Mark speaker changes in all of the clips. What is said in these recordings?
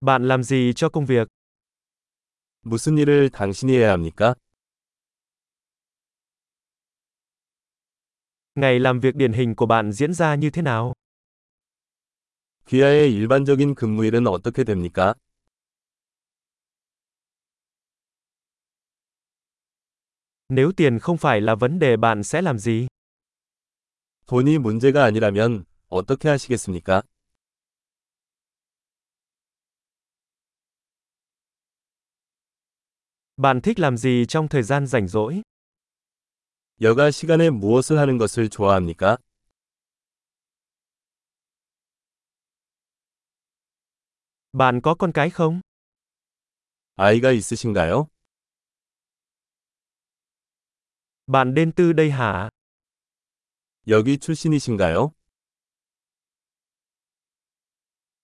Speaker 1: Bạn làm gì cho công việc?
Speaker 2: 무슨 일을 당신이 해야 합니까?
Speaker 1: Ngày làm việc điển hình của bạn diễn ra như thế nào?
Speaker 2: 귀하의 일반적인 근무일은 어떻게 됩니까?
Speaker 1: Nếu tiền không phải là vấn đề bạn sẽ làm gì?
Speaker 2: 돈이 문제가 아니라면 어떻게 하시겠습니까?
Speaker 1: Bạn thích làm gì trong thời gian rảnh rỗi?
Speaker 2: 여가 시간에 무엇을 하는 것을 좋아합니까?
Speaker 1: Bạn có con cái không?
Speaker 2: 아이가 있으신가요?
Speaker 1: Bạn đến từ đây hả?
Speaker 2: 여기 출신이신가요?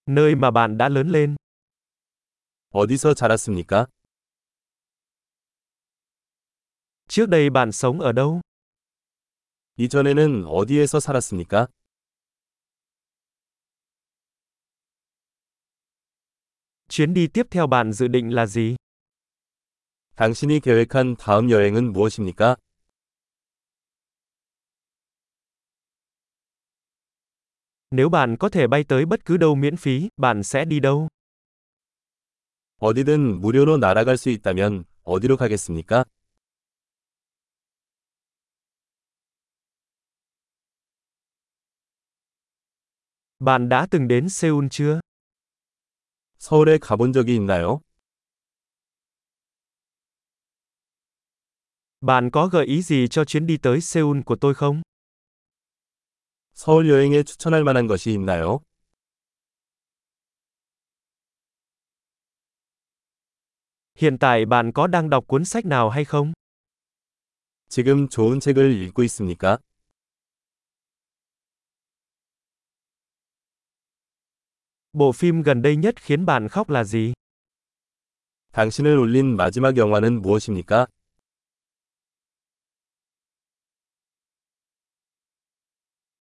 Speaker 1: Nơi mà bạn đã lớn lên.
Speaker 2: 어디서 자랐습니까?
Speaker 1: Trước đây bạn sống ở đâu?
Speaker 2: 이전에는 어디에서 살았습니까?
Speaker 1: Chuyến đi tiếp theo bạn dự định là gì?
Speaker 2: 당신이 계획한 다음 여행은 무엇입니까?
Speaker 1: Nếu bạn có thể bay tới bất cứ đâu miễn phí, bạn sẽ đi đâu?
Speaker 2: 어디든 무료로 날아갈 수 있다면 어디로 가겠습니까?
Speaker 1: Bạn đã từng đến Seoul chưa?
Speaker 2: 서울에 가본 적이 있나요?
Speaker 1: Bạn có gợi ý gì cho chuyến đi tới Seoul của tôi không?
Speaker 2: 서울 여행에 추천할 만한 것이 있나요?
Speaker 1: Hiện tại bạn có đang đọc cuốn sách nào hay không?
Speaker 2: 지금 좋은 책을 읽고 있습니까?
Speaker 1: Bộ phim gần đây nhất khiến bạn khóc là gì?
Speaker 2: 당신을 울린 마지막 영화는 무엇입니까?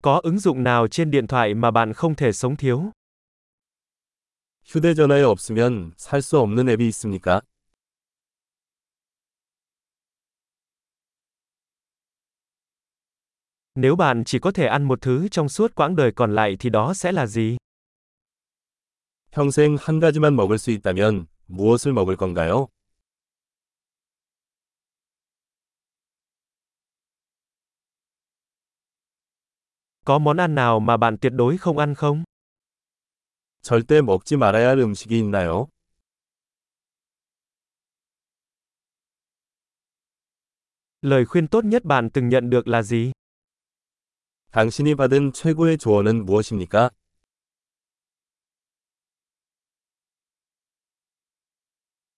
Speaker 1: Có ứng dụng nào trên điện thoại mà bạn không thể sống thiếu?
Speaker 2: 휴대전화에 없으면 살 수 없는 앱이 있습니까?
Speaker 1: Nếu bạn chỉ có thể ăn một thứ trong suốt quãng đời còn lại thì đó sẽ là gì?
Speaker 2: 평생 한 가지만 먹을 수 있다면 무엇을 먹을 건가요?
Speaker 1: Có món ăn nào mà bạn tuyệt đối không ăn không?
Speaker 2: 절대 먹지 말아야 할 음식이 있나요?
Speaker 1: Lời khuyên tốt nhất bạn từng nhận được là gì?
Speaker 2: 당신이 받은 최고의 조언은 무엇입니까?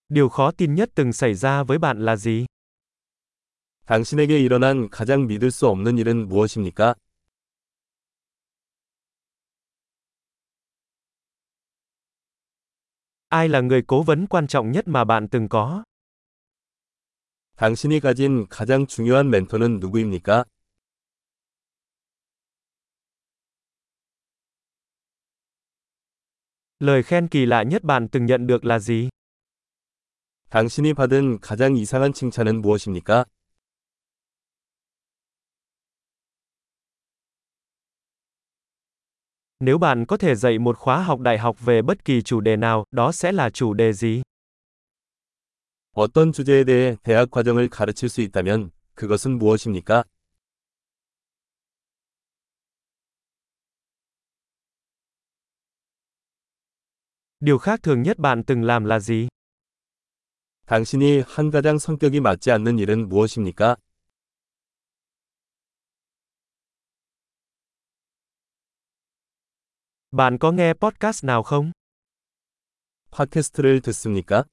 Speaker 1: Điều khó tin nhất từng xảy ra với bạn là gì?
Speaker 2: 당신에게 일어난 가장 믿을 수 없는 일은 무엇입니까?
Speaker 1: Ai là người cố vấn quan trọng nhất mà bạn từng có?
Speaker 2: 당신이 가진 가장 중요한 멘토는 누구입니까?
Speaker 1: Lời khen kỳ lạ nhất bạn từng nhận được là gì?
Speaker 2: 당신이 받은 가장 이상한 칭찬은 무엇입니까?
Speaker 1: Nếu bạn có thể dạy một khóa học đại học về bất kỳ chủ đề nào, đó sẽ là chủ đề gì?
Speaker 2: 어떤 주제에 대해 대학 과정을 가르칠 수 있다면 그것은 무엇입니까?
Speaker 1: Điều khác thường nhất bạn từng làm là gì?
Speaker 2: 당신이 한 가장 성격이 맞지 않는 일은 무엇입니까?
Speaker 1: Bạn có nghe podcast nào không?
Speaker 2: 팟캐스트를 듣습니까?